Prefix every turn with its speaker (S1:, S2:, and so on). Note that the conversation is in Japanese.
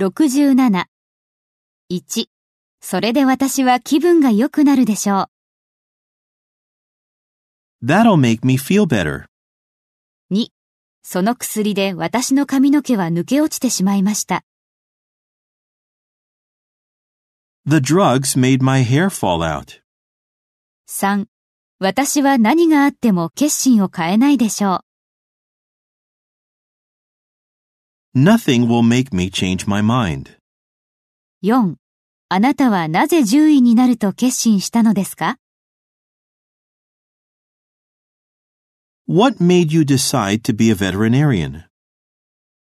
S1: 67.1. それで私は気分が良くなるでしょう。
S2: That'll make me feel better.
S1: 2. その薬で私の髪の毛は抜け落ちてしまいました。
S2: The drugs made my hair fall out.
S1: 3. 私は何があっても決心を変えないでしょう。
S2: Nothing will make me change my mind.
S1: 4. あなたはなぜ10位になると決心したのですか
S2: What made you decide to be a veterinarian?